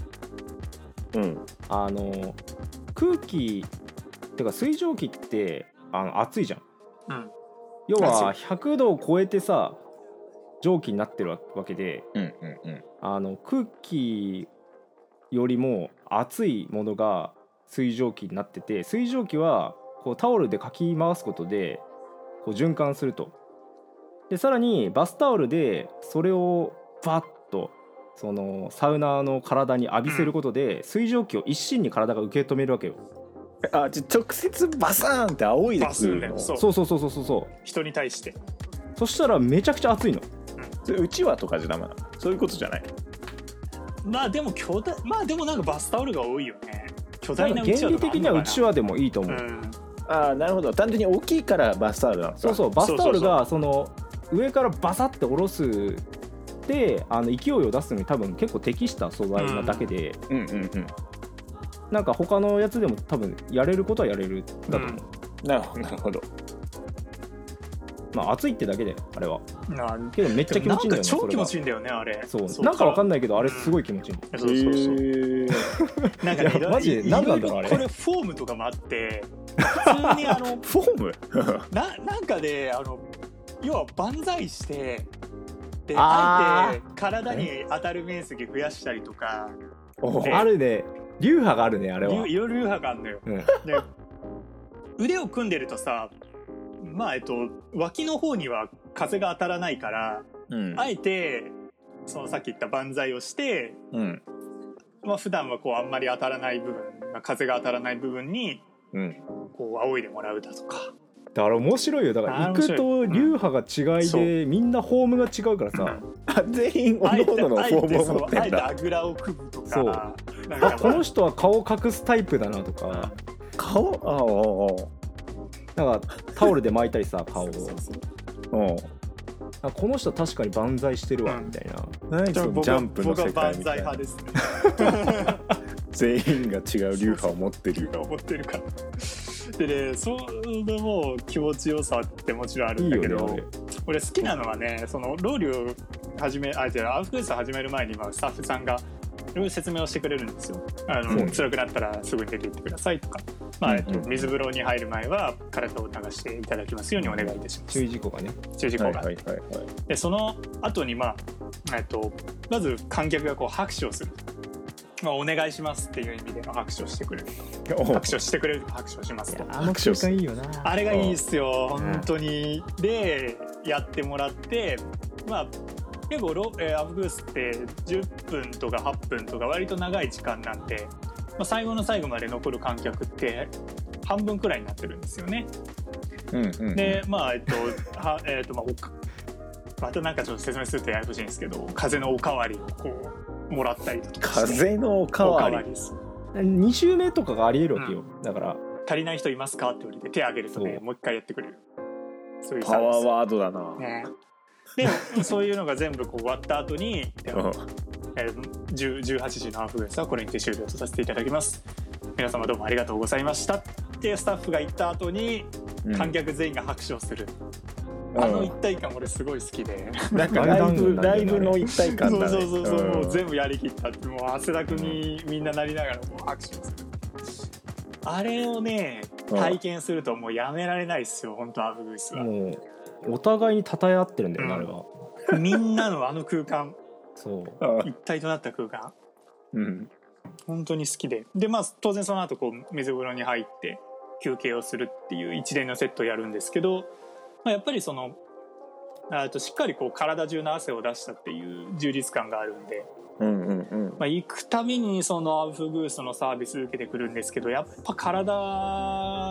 ん
うん、
あの空気てか水蒸気ってあの熱いじゃん
うん
要は100度を超えてさ蒸気になってるわけで
うんうんうん
あの空気よりも熱いものが水蒸気になってて水蒸気はこうタオルでかき回すことでこう循環するとでさらにバスタオルでそれをバッとそのサウナーの体に浴びせることで水蒸気を一身に体が受け止めるわけよ
あじゃ直接バサーンって仰いで
バ
く
ス
る
で
の
そう
そうそうそうそうそうそ
人に対して
うそしたらめちゃくちゃ熱いの
それうちわとかじゃダメなのそういうことじゃない
まあでも巨大まあでもなんかバスタオルが多いよね巨
な
大
ん
な
か
うち
原
わと
理
かあ
的
ん
には
の
う
か
ちわでもいいと思
なう
う
ん
ああなるほど単純に大きいからバスタオルなのか
そうそうバスタオルがその上からバサッて下ろすであの勢いを出すのに多分結構適した素材なだけで、
ううんうんうん
なんか他のやつでも多分やれることはやれるだと思う、
うん
なるほどなるほど
まあ暑いってだけであれは
なめっ
けどめっちゃ気持ちいいんだ
な
よね
んか超気持
そ
ちいいんだよねあれ
れがそうなんかわかん
ない
ないけどあれすごい気持ちいいの、
そうそうそ
へ
う、
ー
なんかね
いやマジ
い
で
ろいろ
何なんだろうあれ
これフォームとかもあって普通にあの
フォーム
ななんかであの要は万歳してで
あー
あえて体に当たる面積増やしたりとか
お
え
あるね流派があるねあれ
い
は
ろいろ流派があるのよ。
うん
で腕を組んでるとさまあえっと脇の方には風が当たらないから
うん
あえてそのさっき言った万歳をして
うん
まあ普段はこうあんまり当たらない部分、まあ、風が当たらない部分に
うん
こう仰いでもらうだとか
だから面白いよだから行く
あー面白い
と
うん
流派が違い
そ
で、みんなホームが違うからさ
あ全員お
あえ
の
て
おのの
あ
フ
え
ォー
て
ム
そ
を持
の
って
あ
ん
えて
だ
あぐらを組むと
そう
かなん
あ
か
この人は顔隠すタイプだなとか
顔ああお
なんかタオルで巻いたりさ顔を
そうそうそう
うおう
あこの人確かに万歳してるわ
うん
みたいな、
何
じゃあ
その
僕
ジ
は
ャンプの世
僕は
界
万
み
歳
たいな
派ですね
全員が違う流派を持ってる
思ってるからでねそれも気持ちよさってもちろんあるんだけど
いいよね
俺好きなのはねそのロウリュを始めあじゃあアウフグース始める前に、まあ、スタッフさんがいろいろ説明をしてくれるんですよあの、
うん
辛くなったらすぐに出て行ってくださいとか、まあえっ
うん
と
うん、
水風呂に入る前は体を流していただきますようにお願いいたします
注意事項がね
注意事項
は
が、
いはいはいはい
でその後にまあえっとまず観客がこう拍手をするまあ、お願いしますっていう意味での拍手をしてくれると
お
拍手をしてくれると拍手をしますと
あの空間いいよな
あれがいいっすよ
うん
本当にでやってもらってまあ結構ロ、えーアブグースって10分とか8分とか割と長い時間なんで、まあ、最後の最後まで残る観客って半分くらいになってるんですよね。
うんうんうん
でまあえっとは、えっとまあおか、またなんかちょっと説明するとややこしいんですけど風のおかわりをこうもらったりとかして
風のおか
お
わ
か
り
わりです
2周目とかがありえるわけよ、だから
足りない人いますかって言われて手挙げるとね
そう
もう一回やってくれるそういうサ
パ
ービス
ワーワードだな、
ね、でそういうのが全部こう終わった後に、で
うん
えー10 18時のハーフウェイスはこれにて終了とさせていただきます皆様どうもありがとうございましたってスタッフが言った後に
うん
観客全員が拍手をする、
うん
あの一体感俺すごい好きで、
なんかライブ
前段階なんだよね
ライブの一体感
そう
だね
そうそうそう、もう
部
全部やりきったってもう汗だくにみんななりながらもう拍手をする、あれをね
うん
体験するともうやめられないっすよ本当アブグースは、
もうお互いに称え合ってるんだよな、
うん
あれは
みんなのあの空間
そう
一体となった空間
うん
本当に好きででまあ当然その後こう水風呂に入って休憩をするっていう一連のセットをやるんですけど、まあ、やっぱりそのあとしっかりこう体中の汗を出したっていう充実感があるんで、
うんうんうん
まあ、行くたびにそのアウフグースのサービス受けてくるんですけどやっぱ体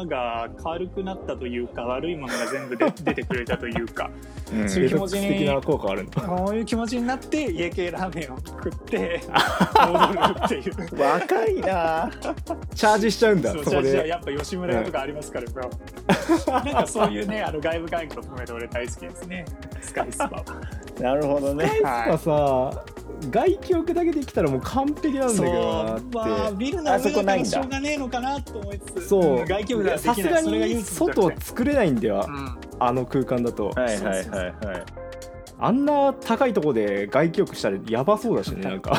が軽くなったというか悪いものが全部で出てくれたというか
うん
そうい
継
う気持
続
ちに
的な効果あるんだ
こういう気持ちになって家系ラーメンを食って戻るっていう。
若いな
チャージしちゃうんだ
そう
そ
じゃ
こ
あじゃあ
で
やっぱ吉村屋とかありますから、ブラボーなんかそういうねあの外部外国の含めて俺大好きですねスカイスパ は
なるほどね
やっぱさ外記憶だけできたらもう完璧なんだけ
そう
ど
ま
な
あ
って
ビルの上
あそこ
だ
な
か
い
ら
んだ
しょうがねえのかなと思いつつ
そ
ん
う
外局ではできな
さ
い
すが
それが唯一
に
の選択肢
外を作れないんだよ、
うん
あの空間だと
はいはいはいはい
あんな高いとこで外記憶したらやばそうだしねなんか、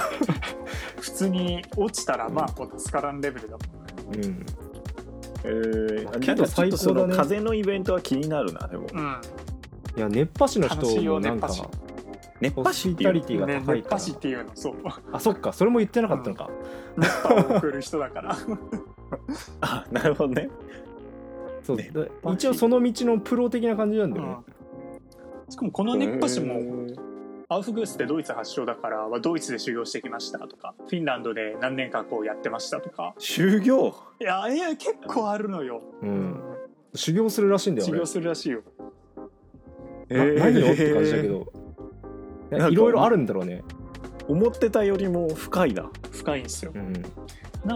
普通に落ちたらまあこう助からんレベルだもんね
うん、
えー、
けど
なんかちょっとその
最高だね
風のイベントは気になるなでも
うん
いや熱波師の人もなんか
楽しいよ
熱
ホ
波師
ス
っ
ピ
てい
タ
うの
リティが
ね
高い
熱
か
波師
ら、
っていうのそう
あそっかそれも言ってなかったのか、
熱波を送る人だから
あなるほどね
そう
熱
だ
波師
一応その道のプロ的な感じなん
う
だよね、
んしかもこの熱波師
う
も
ん
アウフグースってドイツ発祥だからはドイツで修行してきましたとかフィンランドで何年かこうやってましたとか
修行
いやいや結構あるのよ、
うん、修行するらしいんだよ
修
あれ
行するらしいよ
え
な何よって感じだけど、
なんか
いろいろあるんだろうね、
思ってたよりも深いな
深いんですよ
うん、
なん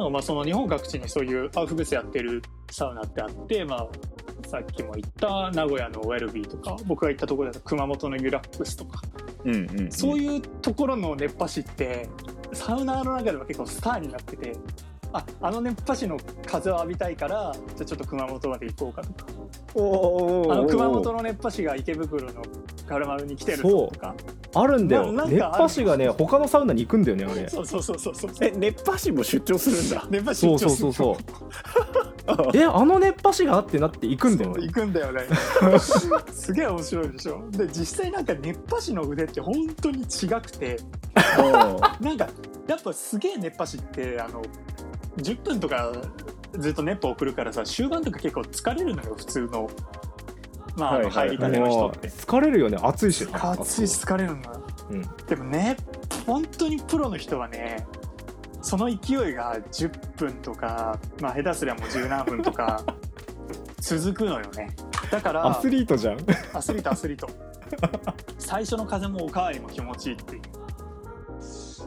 かまあその日本各地にそういうアウフグースやってるサウナってあってまあさっきも言った名古屋のウェルビーとか僕が行ったところだと熊本のユラックスとか、
うんうん、うん、
そ
う
ういうところの熱波師ってサウナーの中では結構スターになっててああの熱波師の風を浴びたいからじゃあちょっと熊本まで行こうかとか
おーおーおーおー
あの熊本の熱波師が池袋のカルマルに来てる
そ
と
う
か
あるんだよ
ななん
熱
かある
波師がね他のサウナに行くんだよねあれ
そうそうそうそうそう
え熱波師も出張するんだ
熱波師
そうそうそうそう
あ
えあの熱波師がってなって行くんだよ
そう
ね
行くんだよ ねすげえ面白いでしょで実際なんか熱波師の腕って本当に違くてなんかやっぱすげえ熱波師ってあの10分とかずっと熱波送るからさ終盤とか結構疲れるのよ普通のまあ,、
はいはい
入り
あ
たての人
の
って
疲れるよね暑いしね
暑いし疲れるのよ
うん
でもね本当にプロの人はねその勢いが10分とか、まあ、下手すりゃもう十何分と か続くのよねだから
アスリートじゃん
アスリートアスリー ト最初の風もおかわりも気持ちいいっていう、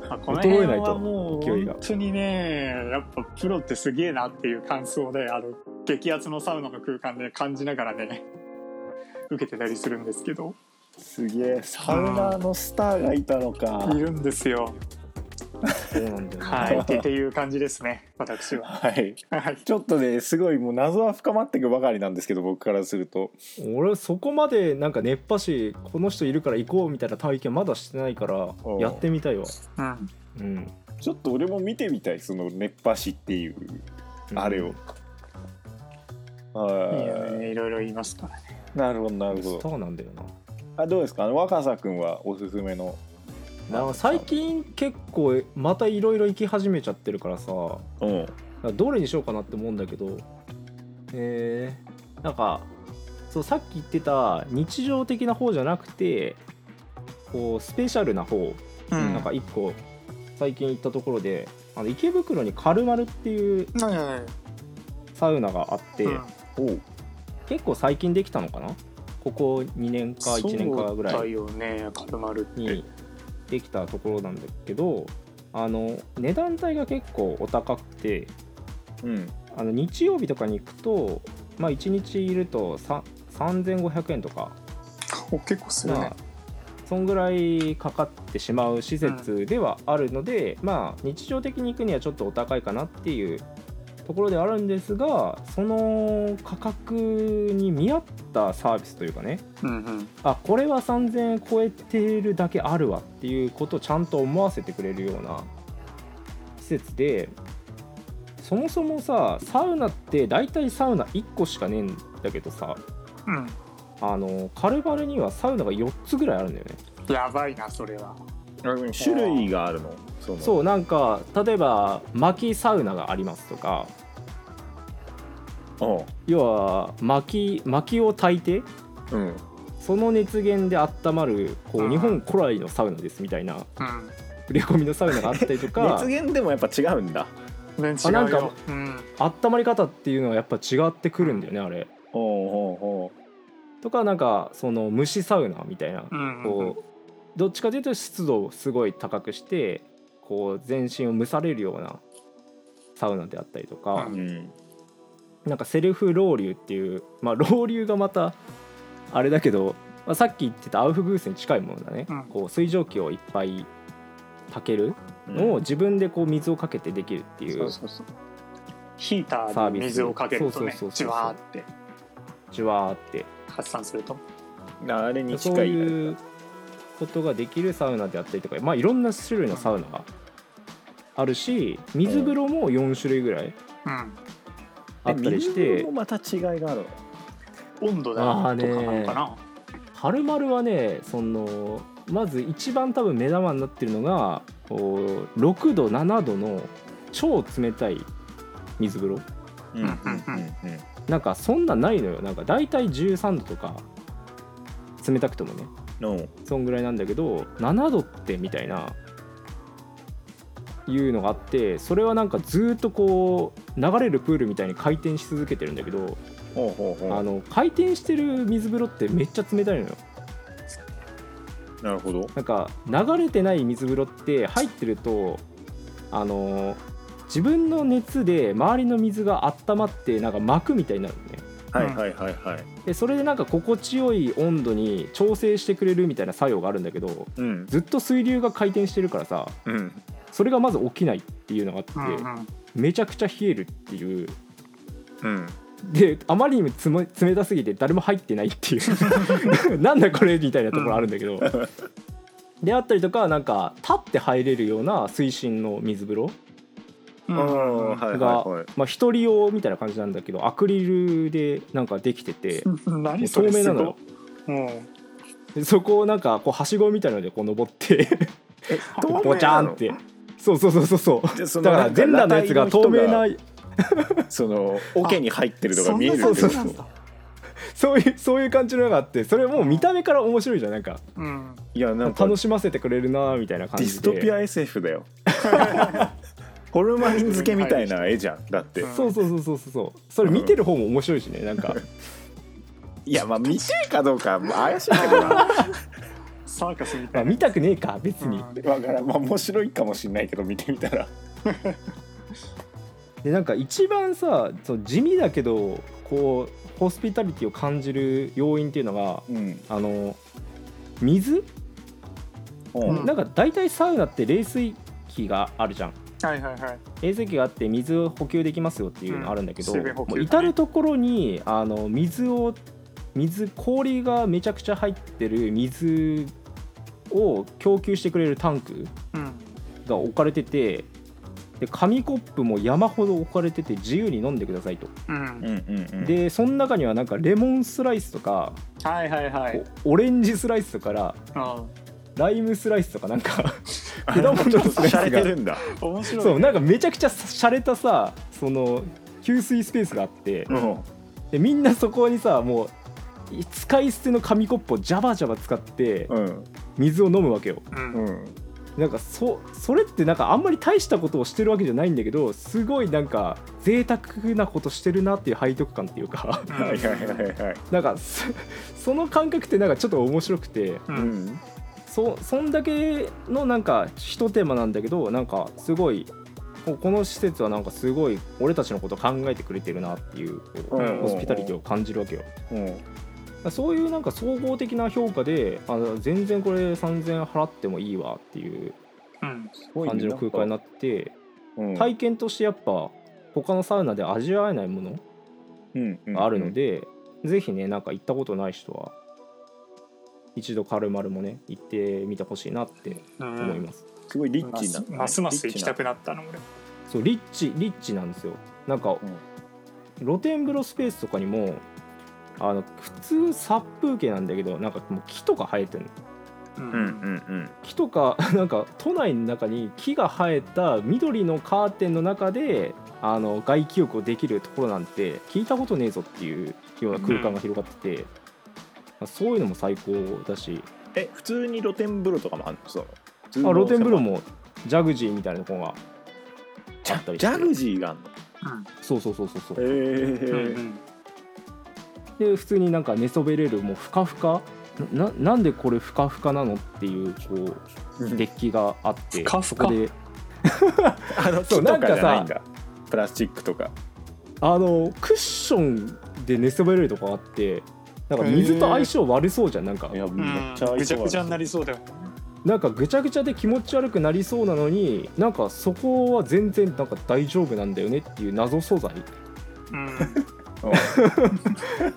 まあ、この辺
衰えないと
はもう
勢いが
本当にねやっぱプロってすげえなっていう感想であの激アツのサウナの空間で感じながらね受けてたりするんですけど
すげえサウナーのスターがいたのか
いるんですよ
そうなんだよね
はいってっていう感じですね私は
はい
はい
ちょっとねすごいもう謎は深まっていくばかりなんですけど僕からすると
俺そこまでなんか熱波師この人いるから行こうみたいな体験まだしてないから
おう
やってみたいわ
うん
うん
ちょっと俺も見てみたいその熱波師っていうあれを、
いいよ
はい
ねいろいろ言いますからね
なるほどなる
ス
ほ
タ
ど
ーなんだよな
あどうですかあの若狭くんはおすすめの
あの最近結構またいろいろ行き始めちゃってるからさ
うん
どれにしようかなって思うんだけどえーなんかそうさっき言ってた日常的な方じゃなくてこうスペシャルな方
うん
なんか一個最近行ったところであの池袋にカルマルっていう
はいはいはい
サウナがあって、
うん
おう
結構最近できたのかなここ2年か1年かぐ
そう
ら
だ
い
よねカルマルって
にできたところなんだけどあの値段帯が結構お高くて
うん
あの日曜日とかに行くと、まあ、1日いるとさ3500円とか、
お結構する
ま
ね
あ、そんぐらいかかってしまう施設ではあるので、まあ、日常的に行くにはちょっとお高いかなっていうところではあるんですがその価格に見合ったサービスというかね
うんうん
あこれは3000円超えてるだけあるわっていうことをちゃんと思わせてくれるような施設でそもそもさサウナって大体サウナ1個しかねえんだけどさ
うん
あのカルバルにはサウナが4つぐらいあるんだよね
やばいなそれは
種類があるのその
そうなんか例えば薪サウナがありますとか
おう
要は薪薪を焚いて
うん
その熱源で温まるこ
う
うん日本古来のサウナですみたいな
うん
触れ込みのサウナがあったりと か
熱源でもやっぱ違うんだ
全然違
あ
う
なんか
ようん
温まり方っていうのはやっぱ違ってくるんだよねあれ
ほうほ
とかなんかその虫サウナみたいな
うんうん
こうどっちかというと湿度をすごい高くしてこう全身を蒸されるようなサウナであったりとか
うほううん
なんかセルフロウリュっていうまあロウリュがまたあれだけど、まあ、さっき言ってたアウフグースに近いものだね、
うん
こう水蒸気をいっぱいかける
うん
のを自分でこう水をかけてできるってい
そううそうそうヒーターに水をかけるとね
サービス
じ
そうそうそうそう
わーって
じゅわーって
発散すると
あれに近い
そういうことができるサウナであったりとか、まあ、いろんな種類のサウナがあるし水風呂も4種類ぐらい
うん
あったりし
え
て
水もまた違いがあるの
温度だ
あー
と
ね
か
ー
なのかな
はるまるはねそのまず一番多分目玉になってるのがこう6度7度の超冷たい水風呂
うん
んう
う
ん
んうん
なんかそんなないのよなんか大体13度とか冷たくてもね
の
そんぐらいなんだけど7度ってみたいないうのがあってそれはなんかずーっとこう流れるプールみたいに回転し続けてるんだけど
ほうほうほ
あ
う
の回転してる水風呂ってめっちゃ冷たいのよ
なるほど
なんか流れてない水風呂って入ってるとあの自分の熱で周りの水が温まってなんか膜みたいになるのね
はいはいはいはい
でそれでなんか心地よい温度に調整してくれるみたいな作用があるんだけど
うん
ずっと水流が回転してるからさ
うん
それがまず起きないっていうのがあって、
うんうん
めちゃくちゃ冷えるっていう
うん
であまりにもつも冷たすぎて誰も入ってないっていう なんだこれみたいなところあるんだけど、であったりとかなんか立って入れるような水深の水風呂
あ
うん
あはいはい
が、
はい
まあ一人用みたいな感じなんだけどアクリルでなんかできてて
何それ
透明
す
な
ご
の
い
よ
うん
でそこをなんかこうはしごみたいのでこう登って
え
ボチャンってそうそうそうそうそう
でそ
だから全裸のやつが透明
な
なん
か その桶に入ってるとか見える
そんなそう
け
そ
ど
うそういうそういう感じののがあってそれもう見た目から面白いじゃんなんか
うん
いやなんか
楽しませてくれるなみたいな感
ディ
じ
ス
で
トピア SF だよホルマリン漬けみたいな絵じゃんだって
うん
そうそうそうそうそうそうそれ見てる方も面白いしねなん か
いやまあ見てえかどうかまあ怪しいけどな わ
サーカスみた
あ
いな
見たくねえか別に、
うん
からんまあ面白いかもしんないけど見てみたら
でなんか一番さそう地味だけどこうホスピタリティを感じる要因っていうのが
うん
あの水、
うん
なんか大体サウナって冷水器があるじゃん
はいはいはい
冷水器があって水を補給できますよっていうのあるんだけど、
うん水分補給
もう至る所にあの水を水氷がめちゃくちゃ入ってる水を供給してくれるタンク
うん
が置かれててで紙コップも山ほど置かれてて自由に飲んでくださいと、
うん
うんうんうん
でその中にはなんかレモンスライスとか、
はいはいはい
おオレンジスライスとか
あ
ライムスライスとかなんか
あ
果物の
ちょっと
スライスが
洒落てるんだ
面白い
そうなんかめちゃくちゃ洒落たさその給水スペースがあって
うん
でみんなそこにさもう使い捨ての紙コップをジャバジャバ使って
うん
水を飲むわけよ
うん
うん
なんかそそれってなんかあんまり大したことをしてるわけじゃないんだけどすごいなんか贅沢なことしてるなっていう背徳感っていうか
うん
はいはいはいはい
なんかそその感覚ってなんかちょっと面白くて
う
うんん
そそんだけのなんかひと手間なんだけどなんかすごいここの施設はなんかすごい俺たちのこと考えてくれてるなっていう
うん
ホスピタリティを感じるわけよ。
うん
そういうなんか総合的な評価であの全然これ3000円払ってもいいわっていう
うん
感じの空間になってて
うん
体験としてやっぱ他のサウナで味わえないもの
うんうん
があるので、ぜひねなんか行ったことない人は一度カルマルもね行ってみてほしいなって
うん
思います、
すごいリッチな
ますます行きたくなったの俺
そうリッチリッチなんですよなんか、露天風呂スペースとかにもあの普通殺風景なんだけどなんかもう木とか生えてるの
う
うんうん
木とか なんか都内の中に木が生えた緑のカーテンの中であの外気浴をできるところなんて聞いたことねえぞっていうような空間が広がってて、そういうのも最高だし
え普通に露天風呂とかもあるのそう
あ露天風呂もジャグジーみたいなとこが
ジ
あった
ャ
り
ジ
して
ャグジーがあるの
そうそうそうそうそ
う
う
んう
へ
ん
で普通になんか寝そべれるもうふかふかなななんでこれふかふかなのっていうこ うデッキがあっ
ふ
て
かふか
そこで
あの木
そう
とかじゃない
なん
ん
か
だプラスチックとか
あのクッションで寝そべれるとかあってなんか水と相性悪そうじゃんなんか
いや
うん
めっちゃ合
ぐ
い
ち
そ
ゃ
う
ぐちゃになりそうだよ
なんかぐちゃぐちゃで気持ち悪くなりそうなのになんかそこは全然なんか大丈夫なんだよねっていう謎素 材
うん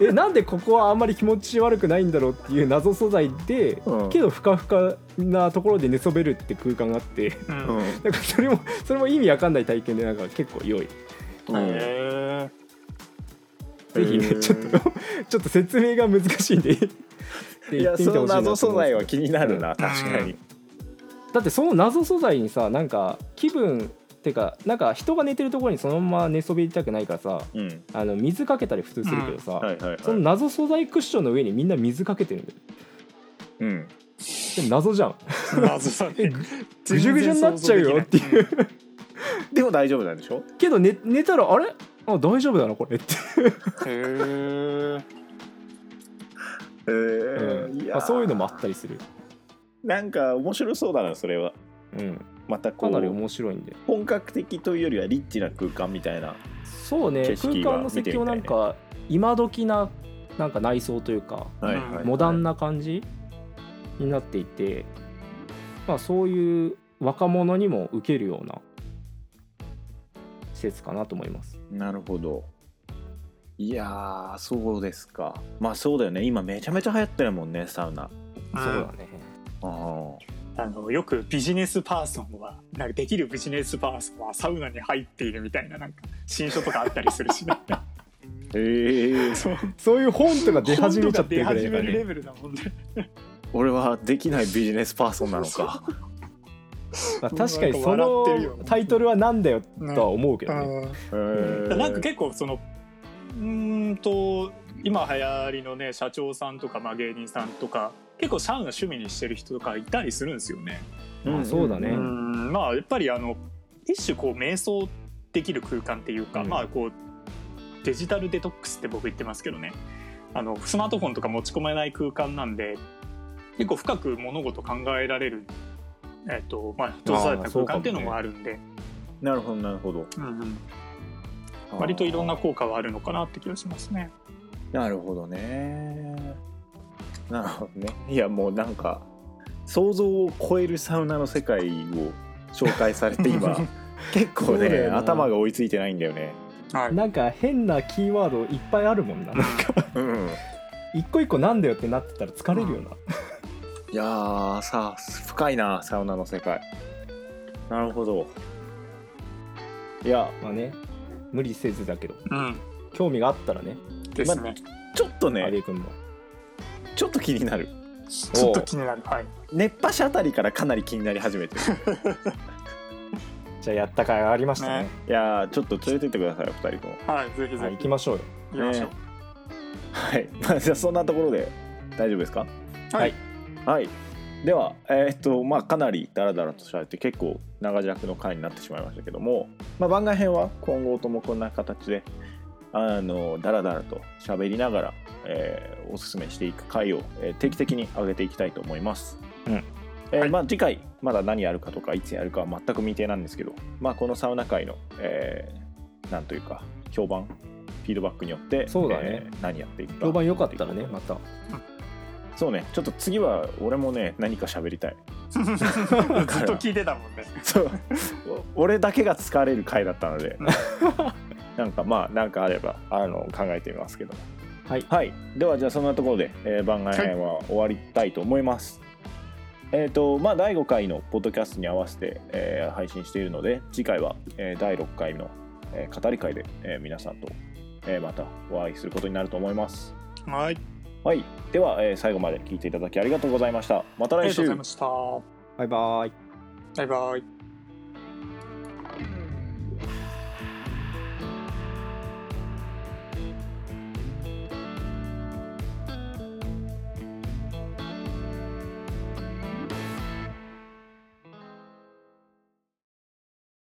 えなんでここはあんまり気持ち悪くないんだろうっていう謎素材で
うん
けどふかふかなところで寝そべるって空間があって
う
うんん
なんかそれもそれも意味わかんない体験でなんか結構良い
うん
へ
ぜひね
へー
ちょっとちょっと説明が難しいんで って
い
言
や
って
その
みてほしいなと思うんで
謎
すけ
素
ど
材は気になるな確かに
だってその謎素材にさなんか気分ってかなんか人が寝てるところにそのまま寝そべりたくないからさ
うん
あの水かけたり普通するけどさ、
はいはいはい
その謎素材クッションの上にみんな水かけてるんだよ
うん
でも謎じゃん
え謎さね
ぐじゅぐじゅになっちゃうよっていうう
でも大丈夫なんでしょ
けど寝寝たらあれあ大丈夫だなこれって、
へえ
え
うん
ーいや
まあ、そういうのもあったりする、
なんか面白そうだなそれは
うん、
またこ
かなり
う
面白いんで
本格的というよりはリッチな空間みたいな
そうね
景
空
色が
間の設計もなんか今時ななんか内装というか
はい
うん
はい
モダンな感じになっていて、まあ、そういう若者にも受けるような施設かなと思います。
なるほどいやーそうですかまあそうだよね今めちゃめちゃ流行ってるもんねサウナ
そうだね。
あー
あのよくビジネスパーソンはなんかできるビジネスパーソンはサウナに入っているみたいななんか新書とかあったりするしね
ええ
そう
そういう本とか 出始めちゃってる
本
か
当
ら
が出始めるレ
ね。
ベルだもんね
俺はできないビジネスパーソンなのか
まあ、確かにそ
なんか笑ってるよ
のタイトルはなんだよとは思うけどね。
うん
えー
なんか結構そのうーんと今流行りのね社長さんとか、まあ、芸人さんとか結構サウナ趣味にしてる人とかいたりするんですよね。
まあそうだね
う
うんん
んまあやっぱりあの一種こう瞑想できる空間っていうか、
うん
まあこうデジタルデトックスって僕言ってますけどねあのスマートフォンとか持ち込めない空間なんで結構深く物事考えられる、えっとまあ、閉ざされた空間っていうのもあるんで、
なるほどなるほど
うんうん割といろんな効果はあるのかなって気がしますね。
なるほどねなるほどねいやもうなんか想像を超えるサウナの世界を紹介されて 今結構
そうだ
ね
よな
頭が追いついてないんだよね
はい
なんか変なキーワードいっぱいあるもん な。
うん
一個一個なんだよってなってたら疲れるよな。
いやーさあ深いなサウナの世界なるほどいや
まあね無理せずだけど
うん、
興味があったらね
ですね。
ちょっと
有
ね
江君も。
ちょっと気になる
ちょっと気になるはい
熱波師あたりからかなり気になり始めてる
じゃあやった甲斐ありましたね
ね
いやーちょっと連れてってくださいお二人とも
はいぜひぜひ、
はい、
行
行きましょうよ
きましょう、
はい、 まあ、じゃあそんなところで大丈夫ですか
はい
はいではえーっとまあかなりダラダラとしゃって結構長尺の回になってしまいましたけども、まあ、番外編は今後ともこんな形であのダラダラと喋りながら、えーおすすめしていく回を、えー定期的に上げていきたいと思います。
うん
えーまあ、次回まだ何やるかとかいつやるかは全く未定なんですけど、まあ、このサウナ界の、えーなんというか評判フィードバックによって
そうだね
えー何やっていくか
評判良かったらねまた
そうねちょっと次は俺もね何か喋り たい
ずっと聞いてたもんね
そうお俺だけが疲れる回だったので なんかまあなんかあればあの考えてみますけど
はい
はいではじゃあそんなところで、えー番外編は終わりたいと思います、えっ、とまあ第5回のポッドキャストに合わせて、えー配信しているので次回は、えー第6回の、えー語り会で、えー皆さんと、えーまたお会いすることになると思います
はい
はいでは、えー最後まで聞いていただきありがとうございましたまた
あり
来
がと
週
うございました
バイバイ
バイバイ